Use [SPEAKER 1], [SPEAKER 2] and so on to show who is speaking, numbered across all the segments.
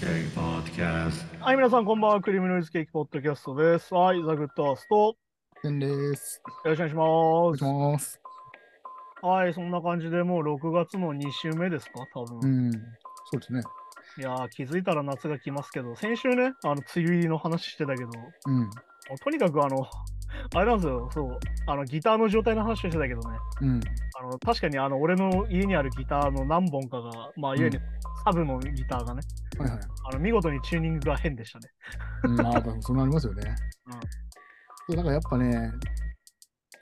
[SPEAKER 1] Cake Podcast.
[SPEAKER 2] はい、皆さん、こんばんは。クリームノイズケーキポッドキャストです。はい、ザ・グッドアースト。よ
[SPEAKER 3] てんです。
[SPEAKER 2] ろしく
[SPEAKER 3] お
[SPEAKER 2] お願
[SPEAKER 3] 願
[SPEAKER 2] い
[SPEAKER 3] い
[SPEAKER 2] し
[SPEAKER 3] し
[SPEAKER 2] ま
[SPEAKER 3] ます。
[SPEAKER 2] す。はい、そんな感じでもう6月の2週目ですか、多分。
[SPEAKER 3] うん。そうですね。
[SPEAKER 2] いやー、気づいたら夏が来ますけど、先週ね、あの、梅雨入りの話してたけど、も
[SPEAKER 3] うん。
[SPEAKER 2] うとにかくあの、あれなんですよ、そう、あの、ギターの状態の話をしてたけどね、
[SPEAKER 3] うん。
[SPEAKER 2] あの、確かにあの、俺の家にあるギターの何本かが、まあ、いわゆるサブのギターがね、
[SPEAKER 3] はいはい。
[SPEAKER 2] あの、見事にチューニングが変でしたね。
[SPEAKER 3] うん、まあ、やっぱそうなりますよね。
[SPEAKER 2] うん
[SPEAKER 3] そう、だからやっぱね、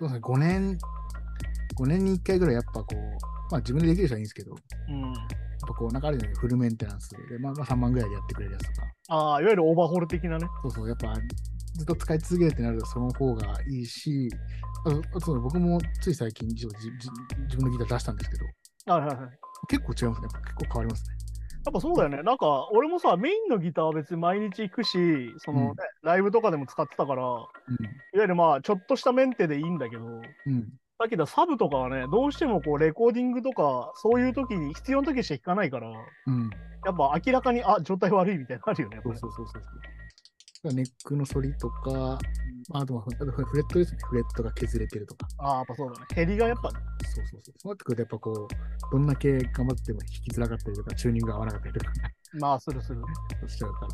[SPEAKER 3] どうですか、5年、5年に1回ぐらいやっぱこう、まあ自分でできる人はいいんですけど、やっ
[SPEAKER 2] うん。
[SPEAKER 3] ぱこう、なんかあるじゃないフルメンテナンスで、まあ、まあ3万ぐらいでやってくれるやつとか、
[SPEAKER 2] ああ、いわゆるオーバーホール的なね。
[SPEAKER 3] そうそう、やっぱずっと使い続けるってなるとその方がいいし、あとあとそう僕もつい最近自自自自分のギター出したんですけど、
[SPEAKER 2] はいはいはい。
[SPEAKER 3] 結構違いますね。結構変わりますね。
[SPEAKER 2] やっぱそうだよね。なんか、俺もさ、メインのギターは別に毎日行くし、そのね、
[SPEAKER 3] うん
[SPEAKER 2] ライブとかでも使ってたから、いわゆるまあ、ちょっとしたメンテでいいんだけど、
[SPEAKER 3] うん。うん。
[SPEAKER 2] だけどサブとかはね、どうしてもこう、レコーディングとか、そういう時に、必要な時しか弾かないから、や
[SPEAKER 3] うん。
[SPEAKER 2] っぱ明らかに、あ、状態悪いみたいになるよね。やっぱ
[SPEAKER 3] そう
[SPEAKER 2] ね
[SPEAKER 3] そうそうそうそう。ネックの反りとか、あとはあとフレットですね。フレットが削れてるとか。
[SPEAKER 2] ああ、やっぱそうだね。減りがやっぱ、
[SPEAKER 3] そうそうそう。そうなってくると、やっぱこう、どんだけ頑張っても弾きづらかったりとか、チューニングが合わなかったりとか
[SPEAKER 2] まあ、するする。
[SPEAKER 3] しちゃうから。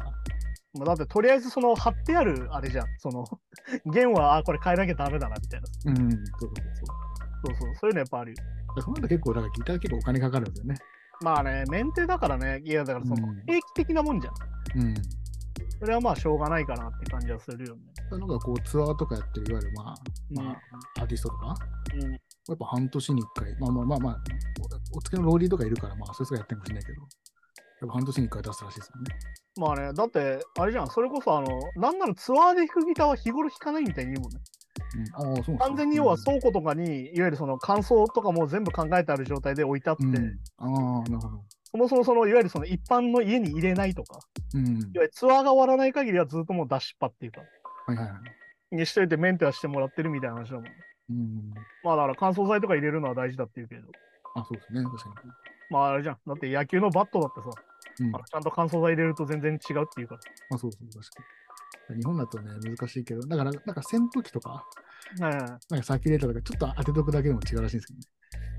[SPEAKER 2] まあ、だって、とりあえずその、貼ってあるあれじゃん。その、 弦は、あ、これ変えなきゃダメだな、みたいな。
[SPEAKER 3] うん、そうそうそう
[SPEAKER 2] そうそう、そういうのやっぱあるよ。
[SPEAKER 3] そう。そうなると結構、だからギター結構お金かかるんですよね。
[SPEAKER 2] まあね、メンテだからね、いや、だからその
[SPEAKER 3] うん、
[SPEAKER 2] 定期的なもんじゃん。
[SPEAKER 3] うん。
[SPEAKER 2] それはまあしょうがないかなって感じはするよね。
[SPEAKER 3] なんかこう、ツアーとかやってる、いわゆるまあ、まあ、アーティストとか、
[SPEAKER 2] うん、
[SPEAKER 3] やっぱ半年に1回、まあまあまあまあ、おお付けのローリーとかいるから、まあ、それすらやってるかもしれないけど、やっぱ半年に1回出すらしいですよね。
[SPEAKER 2] まあね、だって、あれじゃん、それこそあの、なんならツアーで弾くギターは日頃弾かないみたいに言うもんね。
[SPEAKER 3] うん、ああ、そうなんですか
[SPEAKER 2] 完全に要は倉庫とかに、いわゆるその感想とかも全部考えてある状態で置いてあって、
[SPEAKER 3] うん、ああ、なるほど。
[SPEAKER 2] そもそもその、いわゆるその一般の家に入れないとか、
[SPEAKER 3] うん。
[SPEAKER 2] いわゆるツアーが終わらない限りはずっともう出しっぱっていうか、
[SPEAKER 3] はいはいはい。
[SPEAKER 2] にしといてメンテはしてもらってるみたいな話だもん。
[SPEAKER 3] うん。
[SPEAKER 2] まあだから乾燥剤とか入れるのは大事だっていうけど、
[SPEAKER 3] あ、そうですね。確か
[SPEAKER 2] まああれじゃん、だって野球のバットだってさ、
[SPEAKER 3] に。うん。
[SPEAKER 2] あ
[SPEAKER 3] ま
[SPEAKER 2] のちゃんと乾燥剤入れると全然違うっていうから。
[SPEAKER 3] あ、そうそう、確かに。日本だとね、難しいけど、だから、なんか扇風機とか、
[SPEAKER 2] はいはいはい
[SPEAKER 3] なんかサーキュレーターとか、ちょっと当てとくだけでも違うらしいんですけ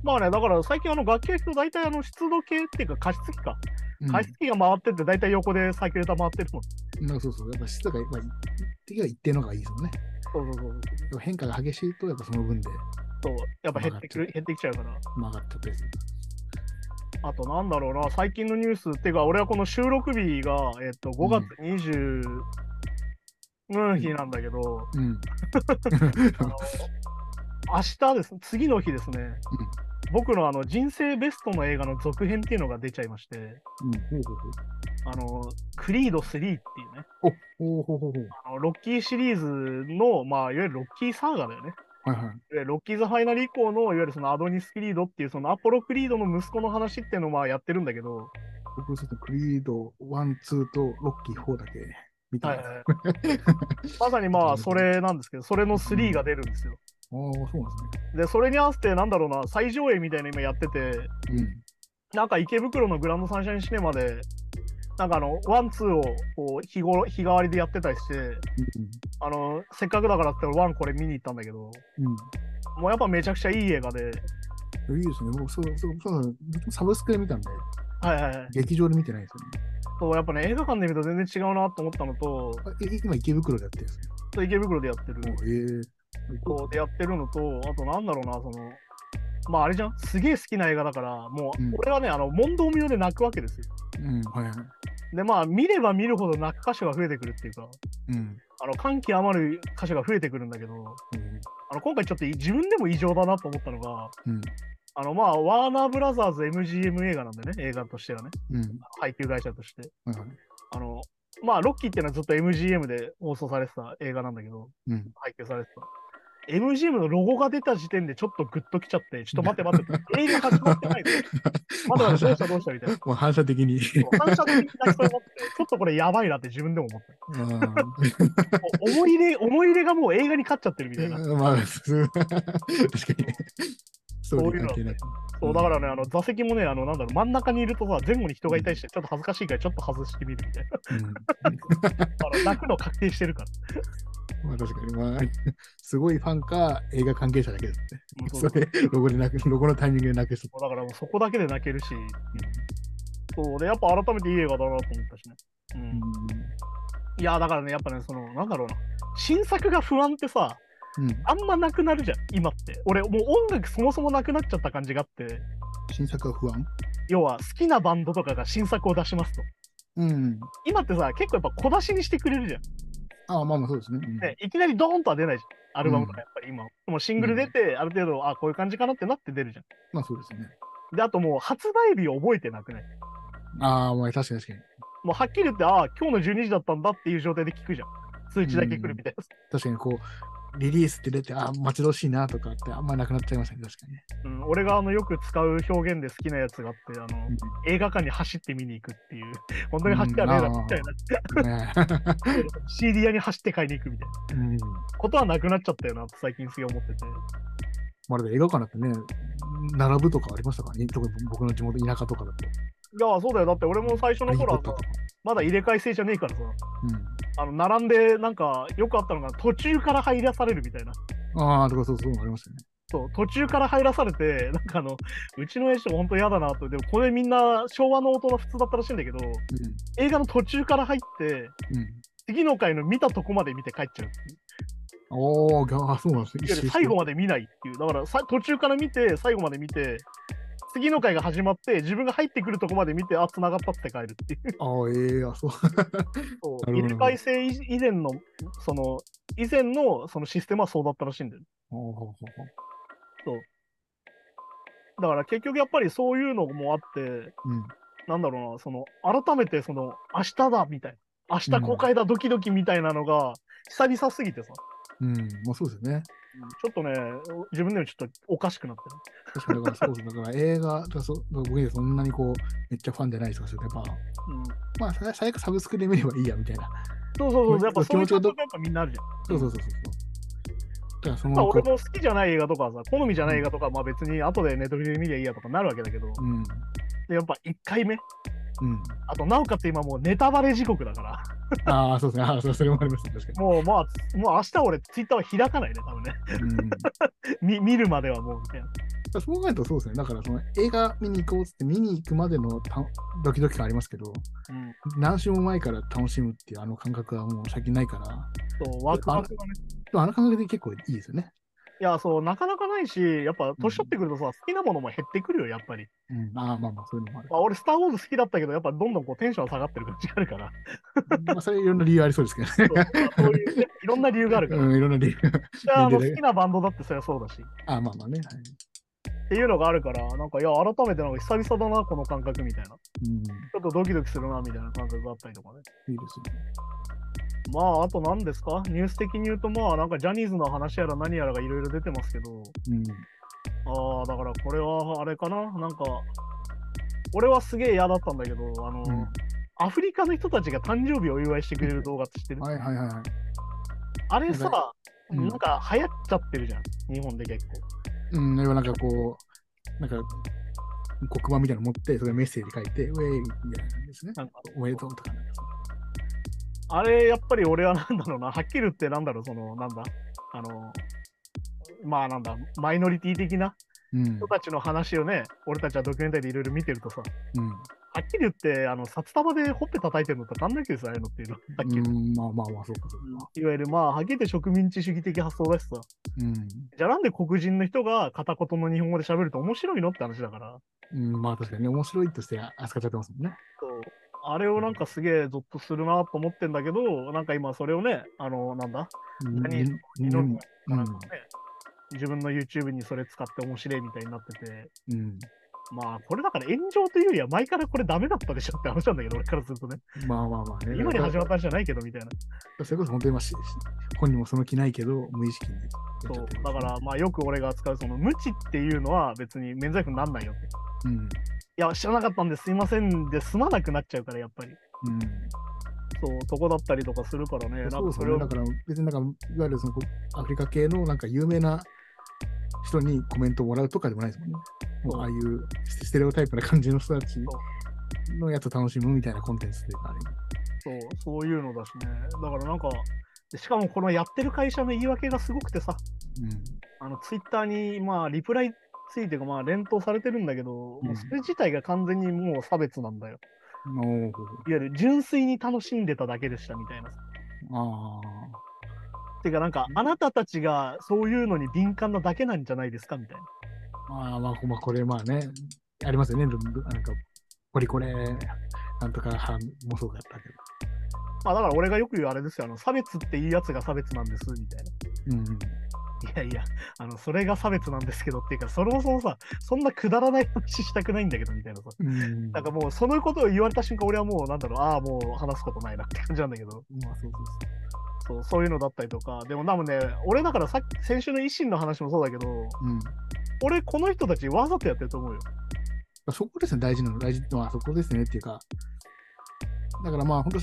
[SPEAKER 2] まあね、だから最近あの楽器屋行くと大体あの湿度計っていうか加湿器か。
[SPEAKER 3] どね。
[SPEAKER 2] 加湿器が回ってって大体横でサーキュレーター回ってるもん。
[SPEAKER 3] うん。なんかそうそう、やっぱ湿度が、まあ、的には一定の方がいいですよね。
[SPEAKER 2] そうそうそう
[SPEAKER 3] やっぱ変化が激しいと、やっぱその分で
[SPEAKER 2] そう。そうやっぱ減ってくる、減ってきちゃうから。
[SPEAKER 3] 曲がってたりする。
[SPEAKER 2] あとなんだろうな、最近のニュースっていうか、俺はこの収録日が、えっと、5月20の日なんだけど、
[SPEAKER 3] うん。
[SPEAKER 2] あの明日です、次の日ですね、僕のあの人生ベストの映画の続編っていうのが出ちゃいまして、
[SPEAKER 3] うん。
[SPEAKER 2] あの、クリード3っていうね、
[SPEAKER 3] ほうほうほう。お、ほうほうほうほう。
[SPEAKER 2] あのロッキーシリーズの、まあ、いわゆるロッキーサーガだよね。
[SPEAKER 3] はいはい。
[SPEAKER 2] でロッキーズファイナル以降の、いわゆるそのアドニス・クリードっていう、そのアポロ・クリードの息子の話っていうのをまあやってるんだけど、
[SPEAKER 3] 僕、ちょっとクリード1、2とロッキー4だけ見たんです。
[SPEAKER 2] まさにまあそれなんですけど、それの3が出るんですよ。
[SPEAKER 3] ああ、そうなんで
[SPEAKER 2] で、それに合わせて、なんだろうな、最上映みたいなの今やってて、
[SPEAKER 3] すね。うん。
[SPEAKER 2] なんか池袋のグランドサンシャインシネマで、なんかあの、ワン、ツーをこう日頃日替わりでやってたりして、あの、せっかくだからってワンこれ見に行ったんだけど、
[SPEAKER 3] う
[SPEAKER 2] もうやっぱめちゃくちゃいい映画で、
[SPEAKER 3] ん。いいですね。僕、そう、そう、そう、サブスクで見たんで、
[SPEAKER 2] はいはいはい。
[SPEAKER 3] 劇場で見てないんです
[SPEAKER 2] そう、やっぱね、映画館で見ると全然違うなと思ったのと、
[SPEAKER 3] よね。あい今、池袋でやってるんですね。
[SPEAKER 2] 池袋でやってる。
[SPEAKER 3] おえ
[SPEAKER 2] そうでやってるのと、あとなんだろうな、その、まああれじゃん、すげえ好きな映画だから、もう
[SPEAKER 3] うん
[SPEAKER 2] 俺はね、あの、問答無用で泣くわけですよ。
[SPEAKER 3] えうん、はいはい。
[SPEAKER 2] で、まあ見れば見るほど泣く箇所が増えてくるっていうか、
[SPEAKER 3] うん。
[SPEAKER 2] あの、歓喜余る箇所が増えてくるんだけど、
[SPEAKER 3] うん
[SPEAKER 2] あの、今回ちょっと自分でも異常だなと思ったのが、
[SPEAKER 3] うん。
[SPEAKER 2] あの、まあ、ワーナーブラザーズ MGM 映画なんでね、映画としてはね、
[SPEAKER 3] うん。
[SPEAKER 2] 配給会社として。
[SPEAKER 3] はいはい。
[SPEAKER 2] あの、まあ、ロッキーっていうのはずっと MGM で放送されてた映画なんだけど、
[SPEAKER 3] うん。
[SPEAKER 2] 配給されてた。MGM のロゴが出た時点でちょっとグッときちゃって、ちょっと待って待って、映画始まって ないの。まだまだどうしたどうしたみたいな。
[SPEAKER 3] もう反射的に。
[SPEAKER 2] 反射的に泣きそうになって、ちょっとこれやばいなって自分でも思っ
[SPEAKER 3] うん
[SPEAKER 2] た。もう思い入れ、思い入れがもう映画に勝っちゃってるみたいな。
[SPEAKER 3] まあ、そう確かにね。ストーリー関係なく。
[SPEAKER 2] そうだからね、あの座席もね、あのなんだろう、真ん中にいるとさ、前後に人がいたりして、ちょっと恥ずかしいから、ちょっと外してみるみたいな。
[SPEAKER 3] うん
[SPEAKER 2] あの泣くの確定してるから。
[SPEAKER 3] まあ確かに、まあ、すごいファンか映画関係者だけですね。
[SPEAKER 2] そう
[SPEAKER 3] それ、ロゴでなく、ロゴのタイミングでなくし
[SPEAKER 2] そうだからもうそこだけで泣けるし、そうで、やっぱ改めていい映画だなと思ったしね。うん
[SPEAKER 3] うん
[SPEAKER 2] いや、だからね、やっぱね、その、なんだろうな、新作が不安ってさ、
[SPEAKER 3] うん、
[SPEAKER 2] あんまなくなるじゃん、今って。俺、もう音楽そもそもなくなっちゃった感じがあって、
[SPEAKER 3] 新作は不安
[SPEAKER 2] 要は好きなバンドとかが新作を出しますと。
[SPEAKER 3] うん。
[SPEAKER 2] 今ってさ、結構やっぱ小出しにしてくれるじゃん。
[SPEAKER 3] ああ、まあまあそうですね。うん
[SPEAKER 2] ね、いきなりドーンとは出ないじゃん。アルバムとかやっぱり今。もうシングル出て、ある程度、あ、こういう感じかなってなって出るじゃ
[SPEAKER 3] まあそうですね。
[SPEAKER 2] ん。で、あともう発売日を覚えてなくない
[SPEAKER 3] ああ、まあ確かに確かに。
[SPEAKER 2] もうはっきり言って、ああ、今日の12時だったんだっていう状態で聞くじゃん。通知だけ来るみたいな。
[SPEAKER 3] 確かにこう、リリースって出て、ああ、待ち遠しいなとかってあんまなくなっちゃいましたね。確かにね。
[SPEAKER 2] うん、俺があのよく使う表現で好きなやつがあって、あの、映画館に走って見に行くっていう、 本当に走ってはねえだろみたいな、
[SPEAKER 3] ね
[SPEAKER 2] CD 屋に走って買いに行くみたいな
[SPEAKER 3] うん、
[SPEAKER 2] ことはなくなっちゃったよなって最近すげえ思ってて。
[SPEAKER 3] まるで映画館だってね、並ぶとかありましたからね。特に僕の地元、田舎とかだと。
[SPEAKER 2] いや、そうだよ。だって俺も最初
[SPEAKER 3] ハ
[SPEAKER 2] の
[SPEAKER 3] リーポ
[SPEAKER 2] 頃
[SPEAKER 3] ッ
[SPEAKER 2] は
[SPEAKER 3] ターとか。
[SPEAKER 2] まだ入れ替え制じゃねえからさ、
[SPEAKER 3] うん
[SPEAKER 2] あの、並んで、なんか、よくあったのが、途中から入らされるみたいな。
[SPEAKER 3] ああ、とかそうそう、ありましたね。
[SPEAKER 2] そう、途中から入らされて、なんかあの、うちの親父も本当嫌だなと。でも、これみんな昭和の大人普通だったらしいんだけど、映画の途中から入って、
[SPEAKER 3] うん。うん。
[SPEAKER 2] 次の回の見たとこまで見て帰っちゃうっていう。
[SPEAKER 3] おお、あそうなんですね。
[SPEAKER 2] いわゆる最後まで見ないっていう。だからさ、途中から見て、最後まで見て、次の回が始まって、自分が入ってくるとこまで見て、あ、繋がったって帰るっていう。
[SPEAKER 3] ああ、ええあ そう。
[SPEAKER 2] そう
[SPEAKER 3] な
[SPEAKER 2] 入
[SPEAKER 3] る
[SPEAKER 2] れ
[SPEAKER 3] ほど
[SPEAKER 2] 替え制以前の、その、以前のそのシステムはそうだったらしいんだよ。
[SPEAKER 3] ほうほうほ
[SPEAKER 2] だから結局やっぱりそういうのもあって、
[SPEAKER 3] ううん。
[SPEAKER 2] なんだろうな、その、改めてその、明日だみたいな。明日公開だドキドキみたいなのが、久々すぎてさ、
[SPEAKER 3] うん。まあそうですよね。
[SPEAKER 2] ちょっとね、自分でもちょっとおかしくなってる。
[SPEAKER 3] 確かに、だからそうです。だから映画、だからそうだから僕にはそんなにこう、めっちゃファンじゃない人がすると、やっぱ、
[SPEAKER 2] うん、
[SPEAKER 3] まあ最最悪サブスクで見ればいいや、みたいな。
[SPEAKER 2] そうそうそう、やっぱそういう
[SPEAKER 3] 気持
[SPEAKER 2] 感
[SPEAKER 3] ちがど
[SPEAKER 2] 覚がやっぱみんなあるじゃん。
[SPEAKER 3] そうそうそうそう。そうだからそ
[SPEAKER 2] まあ
[SPEAKER 3] の、
[SPEAKER 2] 俺
[SPEAKER 3] こ
[SPEAKER 2] も好きじゃない映画とかさ、好みじゃない映画とか、まあ別に後でネットフリで見りゃいいやとかなるわけだけど、
[SPEAKER 3] う、うん。
[SPEAKER 2] でやっぱ1回目、
[SPEAKER 3] うん。
[SPEAKER 2] あとなおかつ今もうネタバレ時刻だから。
[SPEAKER 3] ああ、そうですね。ああ、そうそれもありますね。確か
[SPEAKER 2] もうまあ、もう明日俺ツイッターは開かないね、多分ね。
[SPEAKER 3] に。う
[SPEAKER 2] 見
[SPEAKER 3] ん。
[SPEAKER 2] 見るまではもうみたいな。
[SPEAKER 3] そう考えるとそうですね。だからその映画見に行こうっつって見に行くまでのたドキドキ感ありますけど、
[SPEAKER 2] うん、
[SPEAKER 3] 何週も前から楽しむっていうあの感覚はもう最近ないから、で
[SPEAKER 2] そう、ワクワクがね。
[SPEAKER 3] もあの感覚で結構いいですよね。
[SPEAKER 2] いや、そう、なかなかないし、やっぱ年取ってくるとさ、好きなものも減ってくるよ、やっぱり。
[SPEAKER 3] うん、ああまあまあそういうのもある。
[SPEAKER 2] まあ、俺、スター・ウォーズ好きだったけど、やっぱどんどんこうテンション下がってる感じがあるから。
[SPEAKER 3] まあそれいろんな理由ありそうですけどね。
[SPEAKER 2] そうまあそういう、ね、いろんな理由があるから。
[SPEAKER 3] うん、いろんな理由。
[SPEAKER 2] 私はあの
[SPEAKER 3] で
[SPEAKER 2] 好きなバンドだってそれはそうだし。っ
[SPEAKER 3] ああまあまあね。はい
[SPEAKER 2] ていうのがあるから、なんか、いや、改めてなんか久々だな、この感覚みたいな。
[SPEAKER 3] うん、いい
[SPEAKER 2] ちょっとドキドキするな、みたいな感覚があったりとかね。
[SPEAKER 3] ですね。
[SPEAKER 2] まあ、あと何ですかニュース的に言うと、まあ、なんかジャニーズの話やら何やらがいろいろ出てますけど、
[SPEAKER 3] うん。
[SPEAKER 2] ああ、だからこれはあれかな、なんか、俺はすげえ嫌だったんだけど、あの、
[SPEAKER 3] うん
[SPEAKER 2] アフリカの人たちが誕生日をお祝いしてくれる動画って知ってる、
[SPEAKER 3] はいはいはいはい。
[SPEAKER 2] あれさ、
[SPEAKER 3] う
[SPEAKER 2] な
[SPEAKER 3] ん
[SPEAKER 2] んか流行っちゃってるじゃん、日本で結構。
[SPEAKER 3] うん、要はなんかこう、なんか黒板みたいなの持って、それメッセージ書いて、ウェイみたいなんですね。
[SPEAKER 2] なんか
[SPEAKER 3] おめでとうとかなんかそ
[SPEAKER 2] あれ、やっぱり俺はなんだろうな、はっきり言ってなんだろう、その、なんだ、あの、まあなんだ、マイノリティ的な
[SPEAKER 3] う。うん。
[SPEAKER 2] 人たちの話をね、俺たちはドキュメンタリーでいろいろ見てるとさ、は
[SPEAKER 3] うん。
[SPEAKER 2] っきり言って、あの、札束でほっぺ叩いてるのと変わんないけどさ、ああいうのっていうの。はっきり言って
[SPEAKER 3] うん、まあまあまあ、そうかそうか。
[SPEAKER 2] いわゆるまあ、はっきり言って植民地主義的発想だしさ、
[SPEAKER 3] うん。
[SPEAKER 2] じゃあなんで黒人の人が片言の日本語で喋ると面白いのって話だから、
[SPEAKER 3] うん、まあ確かにね、面白いとして扱っちゃってますもんね。
[SPEAKER 2] あれをなんかすげえゾッとするなと思ってんだけど、なんか今それをね、あの、なんだ、
[SPEAKER 3] うん
[SPEAKER 2] 何
[SPEAKER 3] うん
[SPEAKER 2] 二宮とかなんかね
[SPEAKER 3] う、
[SPEAKER 2] 自分の YouTube にそれ使って面白いみたいになってて、
[SPEAKER 3] ん。
[SPEAKER 2] まあこれだから炎上というよりは前からこれダメだったでしょって話なんだけど、俺からするとね、
[SPEAKER 3] まあまあまあね。。
[SPEAKER 2] 今に始まったたんじゃないけどみたいな。
[SPEAKER 3] それこそ本当に今し、し本人もその気ないけど、無意識にやっちゃって
[SPEAKER 2] そ
[SPEAKER 3] る
[SPEAKER 2] う、だからまあよく俺が扱うその無知っていうのは別に免罪符になんないよって。
[SPEAKER 3] うん。
[SPEAKER 2] いや、知らなかったんですいませんで済まなくなっちゃうから、やっぱり。
[SPEAKER 3] うん。
[SPEAKER 2] そう、とこだったりとかするからね。な
[SPEAKER 3] そ
[SPEAKER 2] ん
[SPEAKER 3] う
[SPEAKER 2] かそ
[SPEAKER 3] そ
[SPEAKER 2] うれ
[SPEAKER 3] ね。
[SPEAKER 2] を
[SPEAKER 3] だから、別になんか、いわゆるそのこうアフリカ系のなんか有名な人にコメントをもらうとかでもないですもんね。もうああいうステレオタイプな感じの人たちのやつを楽しむみたいなコンテンツであれ
[SPEAKER 2] そう、そういうのだしね。だからなんか、でしかもこのやってる会社の言い訳がすごくてさ、
[SPEAKER 3] うん
[SPEAKER 2] あのツイッターにまあリプライついてかまあ連投されてるんだけど、
[SPEAKER 3] うん
[SPEAKER 2] もうそれ自体が完全にもう差別なんだよ。
[SPEAKER 3] お
[SPEAKER 2] い
[SPEAKER 3] ー
[SPEAKER 2] わゆる純粋に楽しんでただけでしたみたいな。
[SPEAKER 3] あ
[SPEAKER 2] てかなんか、あなたたちがそういうのに敏感なだけなんじゃないですかみたいな。
[SPEAKER 3] ーあー、まあ、まあ、これまあね、ありますよね。ルルなんか、ポリコレ、なんとか派もそうだったけ
[SPEAKER 2] まあだから俺がよく言うあれですよ、あの差別っていいやつが差別なんですみたいな。
[SPEAKER 3] ど。うん。
[SPEAKER 2] いやいや、あのそれが差別なんですけどっていうか、そもそもさ、そんなくだらない話したくないんだけどみたいなさ。
[SPEAKER 3] うん。
[SPEAKER 2] なんかもうそのことを言われた瞬間俺はもうなんだろうああもう話すことないなって感じなんだけど
[SPEAKER 3] まあ、そうそうそう。
[SPEAKER 2] そうそういうのだったりとかでも多分ね俺だからさっき先週の維新の話もそうだけど
[SPEAKER 3] うん、
[SPEAKER 2] 俺この人たちわざとやってると思うよ
[SPEAKER 3] そこですね、大事なの、大事まあそこですねっていうか、だからまあ、本当、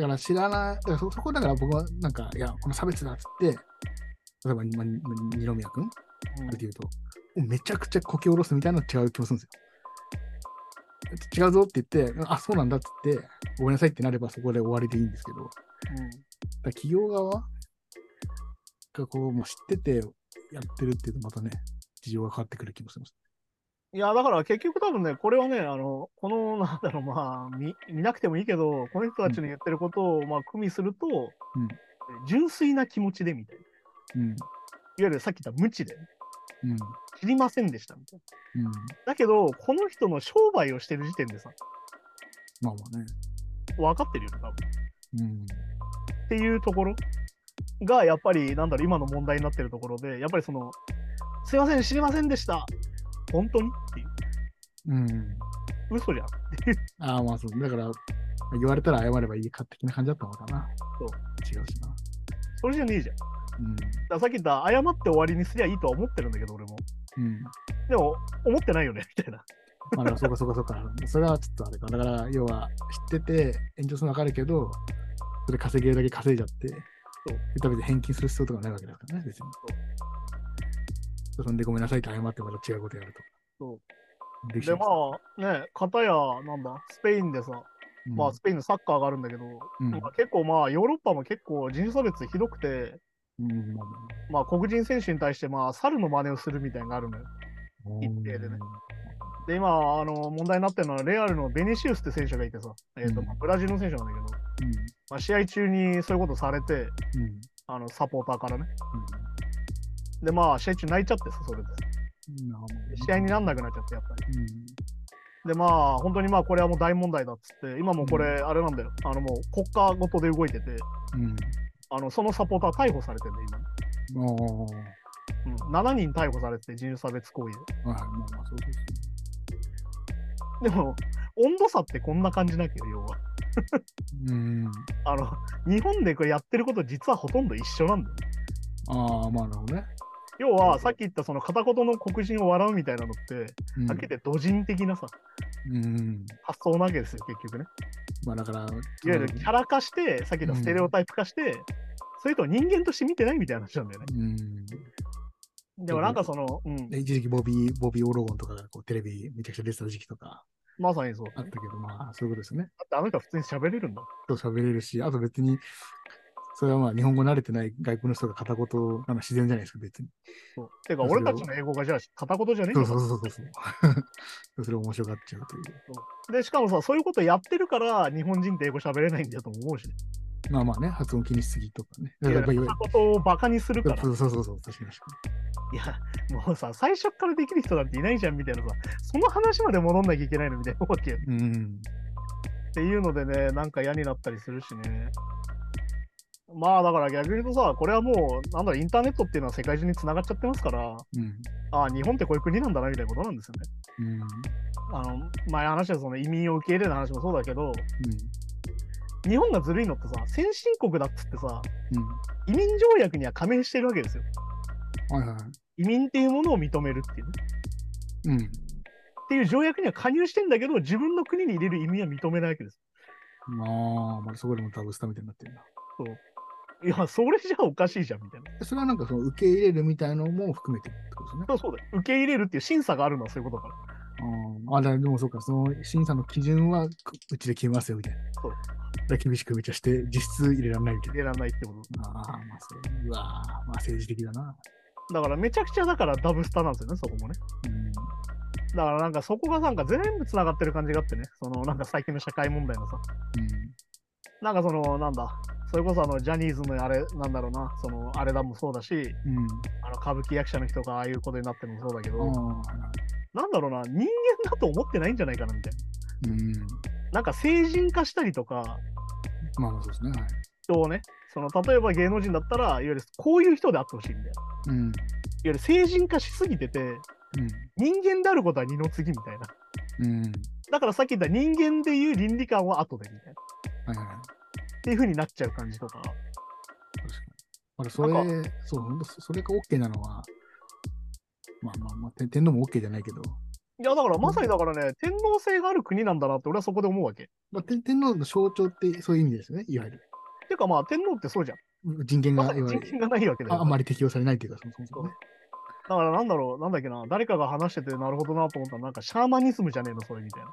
[SPEAKER 3] だから知らない、だからそそこだから僕は、なんか、いや、この差別だっつって、例えば、まあ、に二宮君
[SPEAKER 2] うん
[SPEAKER 3] あれで言うと、めちゃくちゃこき下ろすみたいなの違う気もするんですよ。違うぞって言って、あ、そうなんだって言って、ごめんなさいってなればそこで終わりでいいんですけど、だから企業側がこう、もう知っててやってるっていうと、またね、事情が変わってくる気もします。
[SPEAKER 2] いやだから結局多分ねこれはねあのこのなんだろうまあ見見なくてもいいけどこの人たちの言ってることをまあ組みすると、
[SPEAKER 3] ん
[SPEAKER 2] 純粋な気持ちでみたいない
[SPEAKER 3] うん。
[SPEAKER 2] わゆるさっき言った無知で
[SPEAKER 3] うん。
[SPEAKER 2] 知りませんでしたみたいな
[SPEAKER 3] うん。
[SPEAKER 2] だけどこの人の商売をしてる時点でさ
[SPEAKER 3] まあまあね。
[SPEAKER 2] 分かってるよね多分
[SPEAKER 3] うん。
[SPEAKER 2] っていうところがやっぱりなんだろう今の問題になってるところでやっぱりその「すいません知りませんでした本当に?」っていう
[SPEAKER 3] うん。
[SPEAKER 2] 嘘じゃん
[SPEAKER 3] ああ、まあそう。だから、言われたら謝ればいいか的な感じだったのかな。
[SPEAKER 2] そう。
[SPEAKER 3] 違うしな。
[SPEAKER 2] それじゃねえじゃんだか
[SPEAKER 3] うん。
[SPEAKER 2] らさっき言った謝って終わりにすりゃいいとは思ってるんだけど俺も
[SPEAKER 3] うん。
[SPEAKER 2] でも思ってないよね みたいな
[SPEAKER 3] まあ、だからそうかそうかそうか。 それはちょっとあれか。だから、要は、知ってて、炎上するのわかるけど、それ稼げるだけ稼いじゃって、
[SPEAKER 2] う
[SPEAKER 3] 食べて返金する必要とかないわけだからね、別に。そんでごめんなさいって謝ってまた違うことやると。
[SPEAKER 2] そ
[SPEAKER 3] できち
[SPEAKER 2] で
[SPEAKER 3] ゃう
[SPEAKER 2] まあね片やなんだスペインでさ、
[SPEAKER 3] うん
[SPEAKER 2] まあスペインのサッカーがあるんだけど、
[SPEAKER 3] うん
[SPEAKER 2] まあ結構まあヨーロッパも結構人種差別ひどくて
[SPEAKER 3] うんまあ
[SPEAKER 2] ま
[SPEAKER 3] ま
[SPEAKER 2] あ黒人選手に対してまあ猿の真似をするみたいなのがあるのよ
[SPEAKER 3] あ
[SPEAKER 2] 一定でねで、今、あの問題になってるのは、レアルのベニシウスって選手がいてさ、えーと
[SPEAKER 3] うん
[SPEAKER 2] まあブラジルの選手なんだけど、まあ、試合中にそういうことされて、
[SPEAKER 3] うん。うん。
[SPEAKER 2] あのサポーターからね。で、まあ、試合中泣いちゃってさ、それで。
[SPEAKER 3] うん。まあま
[SPEAKER 2] で
[SPEAKER 3] あ
[SPEAKER 2] 試合になんなくなっちゃって、やっぱり。
[SPEAKER 3] うん。
[SPEAKER 2] で、まあ、本当にまあ、これはもう大問題だっつって、今もうこれ、あれなんだよ、あのもう国家ごとで動いてて、
[SPEAKER 3] うん。
[SPEAKER 2] あのそのサポーター逮捕されてんだ、今。
[SPEAKER 3] ああ。
[SPEAKER 2] うん、7人逮捕されてて、人種差別行為
[SPEAKER 3] はい、まあまあ、そうそうそ
[SPEAKER 2] で。でも、温度差ってこんな感じなきゃ、要は。
[SPEAKER 3] う。うん。
[SPEAKER 2] あの、日本でこれやってること、実はほとんど一緒なんだよ。
[SPEAKER 3] ああ、まあ、なるほどね。
[SPEAKER 2] 要はさっき言ったその片言の黒人を笑うみたいなのって、
[SPEAKER 3] うん
[SPEAKER 2] だけで土人的なさ
[SPEAKER 3] うん。
[SPEAKER 2] 発想なわけですよ結局ね
[SPEAKER 3] まあ、だから、いわ
[SPEAKER 2] いわゆるキャラ化してさっき言ったステレオタイプ化して、それと人間として見てないみたいな話なんだよね
[SPEAKER 3] うん。
[SPEAKER 2] でもなんかその、うん、
[SPEAKER 3] で一時期ボビー、ボビー・オロゴンとかがこうテレビめちゃくちゃ出てた時期とか
[SPEAKER 2] まさにそうだ
[SPEAKER 3] あったけど、まあそういうことですね。
[SPEAKER 2] ってあの人は普通に喋れるんだ
[SPEAKER 3] と喋れるし、あと別に、それはまあ日本語慣れてない外国の人が片言なの自然じゃないですか、別に。
[SPEAKER 2] そうてか俺たちの英語がじゃあ片言じゃねえ
[SPEAKER 3] そ
[SPEAKER 2] ん
[SPEAKER 3] う
[SPEAKER 2] だ
[SPEAKER 3] そうそうそうそう。そ れを面白がっちゃうという。
[SPEAKER 2] でしかもさそういうことやってるから日本人って英語喋れないんだとも思うし、ね、
[SPEAKER 3] まあまあね、発音気にしすぎとかね。
[SPEAKER 2] い
[SPEAKER 3] だ
[SPEAKER 2] わ
[SPEAKER 3] から
[SPEAKER 2] ゆ
[SPEAKER 3] やっぱり
[SPEAKER 2] る片言をバカにするから
[SPEAKER 3] そうそうそうそう、確かに確か
[SPEAKER 2] いやもうさ最初からできる人なんていないじゃんみたいなさその話まで戻んなきゃいけないのみたいな思うわけよ
[SPEAKER 3] に。うん。
[SPEAKER 2] っていうのでね、なんか嫌になったりするしね。まあだから逆に言うとさ、これはもう、なんだろう、インターネットっていうのは世界中に繋がっちゃってますから、
[SPEAKER 3] うん。
[SPEAKER 2] ああ、日本ってこういう国なんだなみたいなことなんですよね。
[SPEAKER 3] うん。うん。
[SPEAKER 2] あの、前話したその移民を受け入れる話もそうだけど、日本がずるいのってさ、先進国だっつってさ、
[SPEAKER 3] うん。
[SPEAKER 2] 移民条約には加盟してるわけですよ。
[SPEAKER 3] はいはい。
[SPEAKER 2] 移民っていうものを認めるっていう、ね。
[SPEAKER 3] うん。
[SPEAKER 2] っていう条約には加入してんだけど、自分の国に入れる移民は認めないわけです。
[SPEAKER 3] まあ、まあ、そこでもタブスタみたいになってるな。
[SPEAKER 2] いや、それじゃおかしいじゃんみたいな。
[SPEAKER 3] それはなんかその受け入れるみたいのも含めてってことですね。
[SPEAKER 2] そうそうだよ。受け入れるっていう審査があるのはそういうことだから。
[SPEAKER 3] あーあ、だからでもそうか、その審査の基準はくうちで決めますよみたいな。
[SPEAKER 2] そう
[SPEAKER 3] だから厳しくめちゃして、実質入れられないみたい
[SPEAKER 2] 入れられないってこ
[SPEAKER 3] な。ああ、まあそれ、うわーまあ政治的だな。
[SPEAKER 2] と。だからめちゃくちゃだからダブスタなんですよね、そこもね。
[SPEAKER 3] うん。
[SPEAKER 2] だからなんかそこがなんか全部つながってる感じがあってね、そのなんか最近の社会問題のさ、なんかそのなんだ、それこそあのジャニーズのあれなんだろうな、そのあれだもそうだし、
[SPEAKER 3] うん。うん。
[SPEAKER 2] あの歌舞伎役者の人がああいうことになってるのもそうだけど、
[SPEAKER 3] あ
[SPEAKER 2] なんだろうな、人間だと思ってないんじゃないかなみたいな。
[SPEAKER 3] ーうん。
[SPEAKER 2] なんか成人化したりとか、
[SPEAKER 3] まあまあそうですね。はい。
[SPEAKER 2] 人をね、その例えば芸能人だったら、いわゆるこういう人であってほしいみたいな。いわ
[SPEAKER 3] うん。うん。
[SPEAKER 2] ゆる成人化しすぎてて、人間であることは二の次みたいな。
[SPEAKER 3] うん。
[SPEAKER 2] だからさっき言った人間でいう倫理観は後でみたいな。
[SPEAKER 3] はいはいはい。
[SPEAKER 2] っていう風になっちゃう感じとか。
[SPEAKER 3] 確かに。あれ、それ、
[SPEAKER 2] な
[SPEAKER 3] そう、ほんとそそれが OK なのは、まあまあまあ、て天皇も OK じゃないけど、
[SPEAKER 2] いやだからまさにだからね、天皇制がある国なんだなって俺はそこで思うわけ。
[SPEAKER 3] まあ、天天皇の象徴ってそういう意味ですよね、いわゆる。
[SPEAKER 2] てかまあ天皇ってそうじゃん。
[SPEAKER 3] 人権
[SPEAKER 2] ま
[SPEAKER 3] が
[SPEAKER 2] さに
[SPEAKER 3] いわゆ
[SPEAKER 2] 人
[SPEAKER 3] る
[SPEAKER 2] 権がないわけだ
[SPEAKER 3] あ
[SPEAKER 2] よ。
[SPEAKER 3] あんまり適用されないというか、そもそ
[SPEAKER 2] そ
[SPEAKER 3] も
[SPEAKER 2] う
[SPEAKER 3] ね。
[SPEAKER 2] だからなんだろう、なんだっけな、誰かが話しててなるほどなと思ったら、なんかシャーマニズムじゃねえの、それみたいな。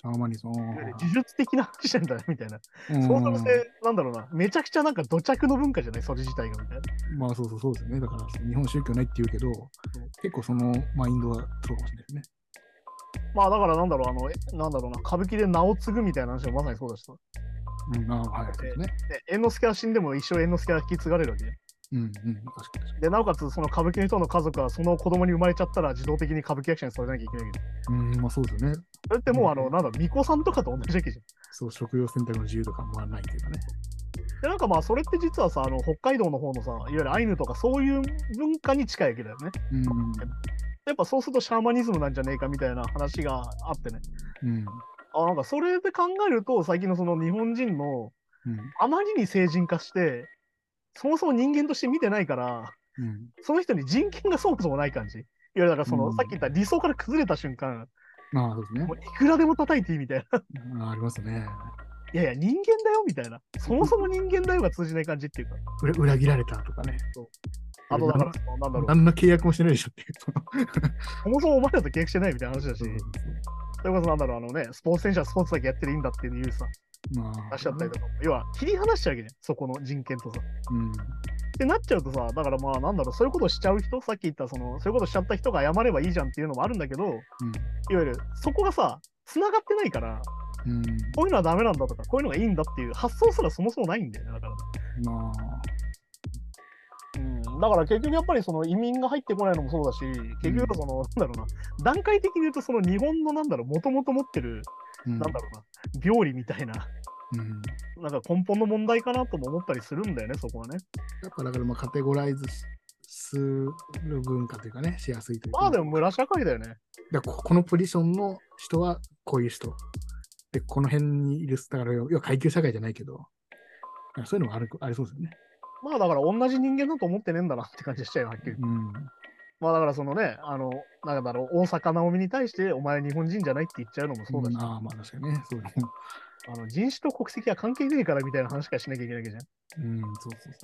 [SPEAKER 3] シャーマニズム。
[SPEAKER 2] いわゆる呪術的な話なんだよみたいな。
[SPEAKER 3] うん
[SPEAKER 2] そうなるせ、なんだろうな、めちゃくちゃなんか土着の文化じゃない、それ自体がみたいな。
[SPEAKER 3] まあそうそうそうですよね。だから日本宗教ないって言うけど、結構そのマインドはそうかもしれないですね。
[SPEAKER 2] まあだからなんだろう、あの、えなんだろうな、歌舞伎で名を継ぐみたいな話はまさにそうだしさ。
[SPEAKER 3] うん、ああはい、そうですね。
[SPEAKER 2] で、猿之助は死んでも一生猿之助は引き継がれるわけじゃん
[SPEAKER 3] うんうん、確かに確か
[SPEAKER 2] で、なおかつその歌舞伎の人の家族はその子供に生まれちゃったら自動的に歌舞伎役者にされなきゃいけないわけど。
[SPEAKER 3] に。うん、まあそうですよね。
[SPEAKER 2] それってもうあ
[SPEAKER 3] うん
[SPEAKER 2] の、
[SPEAKER 3] うん
[SPEAKER 2] なんだろう、巫女さんとかと同じわけじゃん。
[SPEAKER 3] そう、食料選択の自由とかもないというかね。
[SPEAKER 2] で、なんかまあそれって実はさ、あの、北海道の方のさ、いわゆるアイヌとかそういう文化に近いわけだよね。
[SPEAKER 3] うん、
[SPEAKER 2] やっぱそうするとシャーマニズムなんじゃねえかみたいな話があってね。
[SPEAKER 3] うん、
[SPEAKER 2] あなんかそれで考えると最近のその日本人の
[SPEAKER 3] うん、
[SPEAKER 2] あまりに成人化してそもそも人間として見てないから
[SPEAKER 3] うん。
[SPEAKER 2] その人に人権がそもそもない感じ。いやだからその、
[SPEAKER 3] うん
[SPEAKER 2] さっき言った理想から崩れた瞬間
[SPEAKER 3] まあそうですね
[SPEAKER 2] も。ういくらでも叩いていいみたいな。
[SPEAKER 3] あありますね。
[SPEAKER 2] いやいや人間だよみたいな。そもそも人間だよが通じない感じっていうか。
[SPEAKER 3] 裏裏切られたとかね。
[SPEAKER 2] あとだからそのなんだろう。
[SPEAKER 3] 何の契約もしてないでしょっていう。
[SPEAKER 2] そもそもお前らと契約してないみたいな話だし。
[SPEAKER 3] そ
[SPEAKER 2] そ
[SPEAKER 3] の
[SPEAKER 2] れこそなんだろうあのねスポーツ選手はスポーツだけやってりゃいいんだっていうさ
[SPEAKER 3] まあ。
[SPEAKER 2] 話だったりとか。要は切り離しちゃうわけじゃんそこの人権とさ。
[SPEAKER 3] うん。
[SPEAKER 2] ってなっちゃうとさ、だからまあなんだろう、そういうことしちゃう人、さっき言ったその、そういうことしちゃった人が謝ればいいじゃんっていうのもあるんだけど、いわゆるそこがさ、繋がってないから、
[SPEAKER 3] うん。うん。
[SPEAKER 2] こういうのはダメなんだとか、こういうのがいいんだっていう発想すらそもそもないんだよね、だから。
[SPEAKER 3] ま
[SPEAKER 2] うん、だから結局やっぱりその移民が入ってこないのもそうだし、結局その、なんだろうな、段階的に言うとその日本のなんだろう、もともと持ってる、
[SPEAKER 3] あ。な
[SPEAKER 2] なんだろうな、病理みたいな、
[SPEAKER 3] うん。
[SPEAKER 2] なんか根本の問題かなとも思ったりするんだよね、そこはね。
[SPEAKER 3] やっぱだからまあカテゴライズする文化というかね、しやすいというか。
[SPEAKER 2] まあでも村社会だよね。
[SPEAKER 3] だからここのポジションの人はこういう人。で、この辺にいる、だから要は階級社会じゃないけど、なんかそういうのもあるありそうですよね。
[SPEAKER 2] まあだから同じ人間だと思ってねえんだなって感じしちゃうよ、はっきり言って
[SPEAKER 3] うん。
[SPEAKER 2] まあだからそのね、あの、なんだろう、大坂なおみに対して、お前日本人じゃないって言っちゃうのもそうだし、
[SPEAKER 3] ああ、まあ確かにね。そう
[SPEAKER 2] あの人種と国籍は関係ねえからみたいな話からしなきゃいけないわけじゃ
[SPEAKER 3] うん、そうそう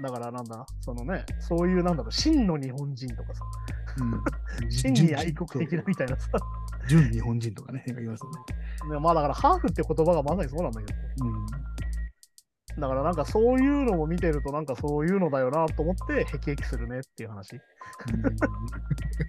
[SPEAKER 3] そ
[SPEAKER 2] ん。だからなんだ、そのね、そういうなんだろう、真の日本人とかさ、
[SPEAKER 3] う。うん。
[SPEAKER 2] 真に愛国的なみたいなさ、
[SPEAKER 3] 純純日本人とかね、言いますよね。
[SPEAKER 2] ねまあだからハーフって言葉がまさにそうなんだけど、
[SPEAKER 3] うん。
[SPEAKER 2] だからなんかそういうのを見てると、なんかそういうのだよなと思って、へきへきするねっていう話。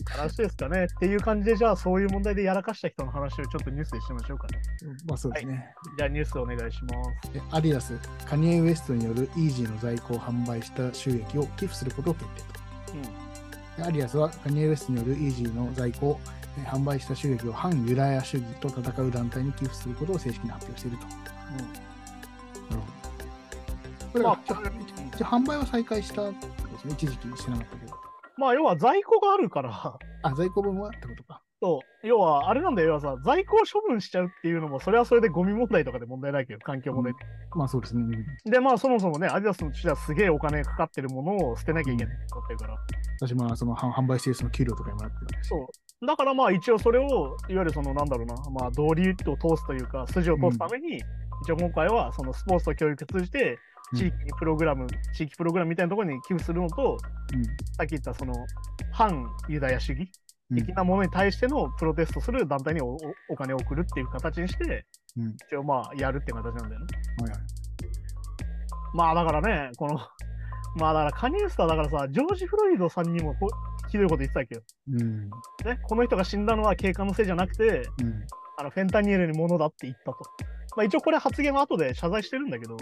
[SPEAKER 2] 話ですかね。っていう感じで、じゃあそういう問題でやらかした人の話をちょっとニュースでしてみましょうかね。
[SPEAKER 3] うんまあそうですね。
[SPEAKER 2] じゃあニュースお願いします。
[SPEAKER 3] でアディダス、カニエ・ウエストによるイージーの在庫を販売した収益を寄付することを決定と。
[SPEAKER 2] うん
[SPEAKER 3] でアリアスはカニエ・ウェストによるイージーの在庫をえー販売した収益を反ユダヤ主義と戦う団体に寄付することを正式に発表していると。これ
[SPEAKER 2] ま
[SPEAKER 3] は
[SPEAKER 2] あ、
[SPEAKER 3] じゃじゃ販売は再開したってことですね。一時期してなかったけど。
[SPEAKER 2] まあ要は在庫があるから、
[SPEAKER 3] あ、在庫分はってことか。
[SPEAKER 2] そう要はあれなんだよ、要はさ、在庫を処分しちゃうっていうのも、それはそれでゴミ問題とかで問題ないけど、環境問題、
[SPEAKER 3] まあそうですね。うん
[SPEAKER 2] で、まあそもそもね、アディダスとしてはすげえお金がかかってるものを捨てなきゃいけないってなってるから、
[SPEAKER 3] 私もその販販売しているその給料とかにもらってるし。
[SPEAKER 2] そう。だからまあ一応それを、いわゆるそのなんだろうな、まあ道理を通すというか、筋を通すために、一応今回はそのスポーツと教育を通じて、
[SPEAKER 3] うん
[SPEAKER 2] 地域プログラム、地域プログラムみたいなところに寄付するのと、さっき言ったその反ユダヤ主義
[SPEAKER 3] うん
[SPEAKER 2] 的なものに対してのプロテストする団体におおお金を送るっていう形にして、
[SPEAKER 3] うん
[SPEAKER 2] 一応まあやるって形なんだよね。
[SPEAKER 3] はいはい。
[SPEAKER 2] まあだからね、この、まあだからカニエスタだからさ、ジョージ・フロイドさんにもこうひどいこと言ってたけど、
[SPEAKER 3] うん。
[SPEAKER 2] ね、この人が死んだのは警官のせいじゃなくて、
[SPEAKER 3] うん。
[SPEAKER 2] あのフェンタニエルにものだって言ったと。まあ一応これ発言は後で謝罪してるんだけど、
[SPEAKER 3] う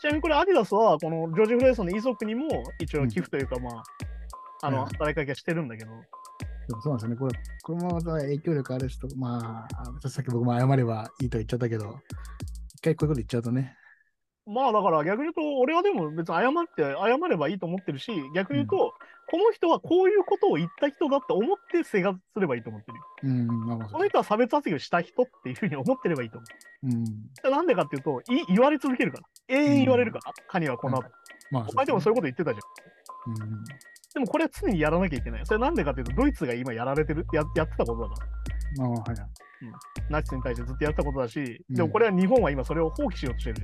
[SPEAKER 2] ちなみにこれアディダスはこのジョージ・フレイソンの遺族にも一応寄付というかまあ、あ
[SPEAKER 3] うん
[SPEAKER 2] の働きかけはしてるんだけど、
[SPEAKER 3] ん。でもそうなんですよね。これ、このままだから影響力ある人、まあ、あさっき僕も謝ればいいと言っちゃったけど、一回こういうこと言っちゃうとね。
[SPEAKER 2] まあだから逆に言うと俺はでも別に謝って謝ればいいと思ってるし逆に言うと、この人はこういうことを言った人だって思って生活すればいいと思ってるよ
[SPEAKER 3] うん。まあまあ、
[SPEAKER 2] この人は差別発言をした人っていうふうに思ってればいいと思
[SPEAKER 3] うん。
[SPEAKER 2] う。なんでかっていうとい言われ続けるから永遠言われるから、カニはこの後、
[SPEAKER 3] まあ、
[SPEAKER 2] お前でもそういうこと
[SPEAKER 3] う
[SPEAKER 2] 言ってたじゃん。
[SPEAKER 3] ですね。うん。
[SPEAKER 2] でもこれは常にやらなきゃいけない。それなんでかっていうと、ドイツが今やられてる、ややってたことだから。
[SPEAKER 3] まあまあ、はいはい。
[SPEAKER 2] ナチスに対してずっとやってたことだし、
[SPEAKER 3] うん
[SPEAKER 2] でもこれは日本は今それを放棄しようとしてる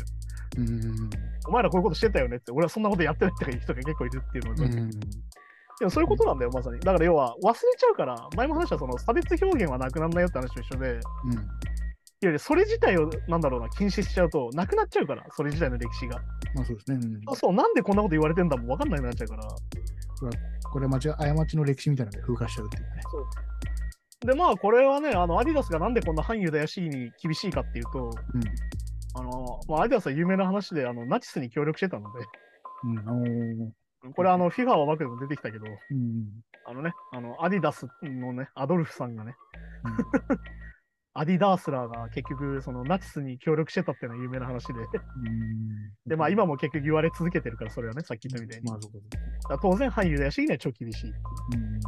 [SPEAKER 2] じゃん。
[SPEAKER 3] うん。
[SPEAKER 2] お前らこういうことしてたよねって、俺はそんなことやってないっていう人が結構いるっていうのが、
[SPEAKER 3] うん。
[SPEAKER 2] でもそういうことなんだよ、まさに。だから要は忘れちゃうから、前も話したその差別表現はなくならないよって話と一緒で、
[SPEAKER 3] うん。
[SPEAKER 2] いやいや、それ自体をなんだろうな、禁止しちゃうと、なくなっちゃうから、それ自体の歴史が。
[SPEAKER 3] まあそうですね。うん、
[SPEAKER 2] そうそう、なんでこんなこと言われてんだもん分かんなくなっちゃうから。
[SPEAKER 3] これは間違い、過ちの歴史みたいなので風化しちゃうっていうね。
[SPEAKER 2] で、まあこれはね、あのアディダスがなんでこんな反ユダヤ主義に厳しいかっていうと、あの、まあ、アディダスは有名な話で、あのナチスに協力してたので、
[SPEAKER 3] うん。うん。あのー
[SPEAKER 2] これあの、フィファは枠でも出てきたけど、
[SPEAKER 3] うん。
[SPEAKER 2] あのね、あの、アディダスのね、アドルフさんがね、アディダースラーが結局、そのナチスに協力してたっていうのは有名な話で、
[SPEAKER 3] うん。
[SPEAKER 2] で、まあ今も結局言われ続けてるから、それはね、さっき言ったみたいに。
[SPEAKER 3] まあそうかそうか。
[SPEAKER 2] だから当然、反ユダヤ主義には超厳しいっ
[SPEAKER 3] うん。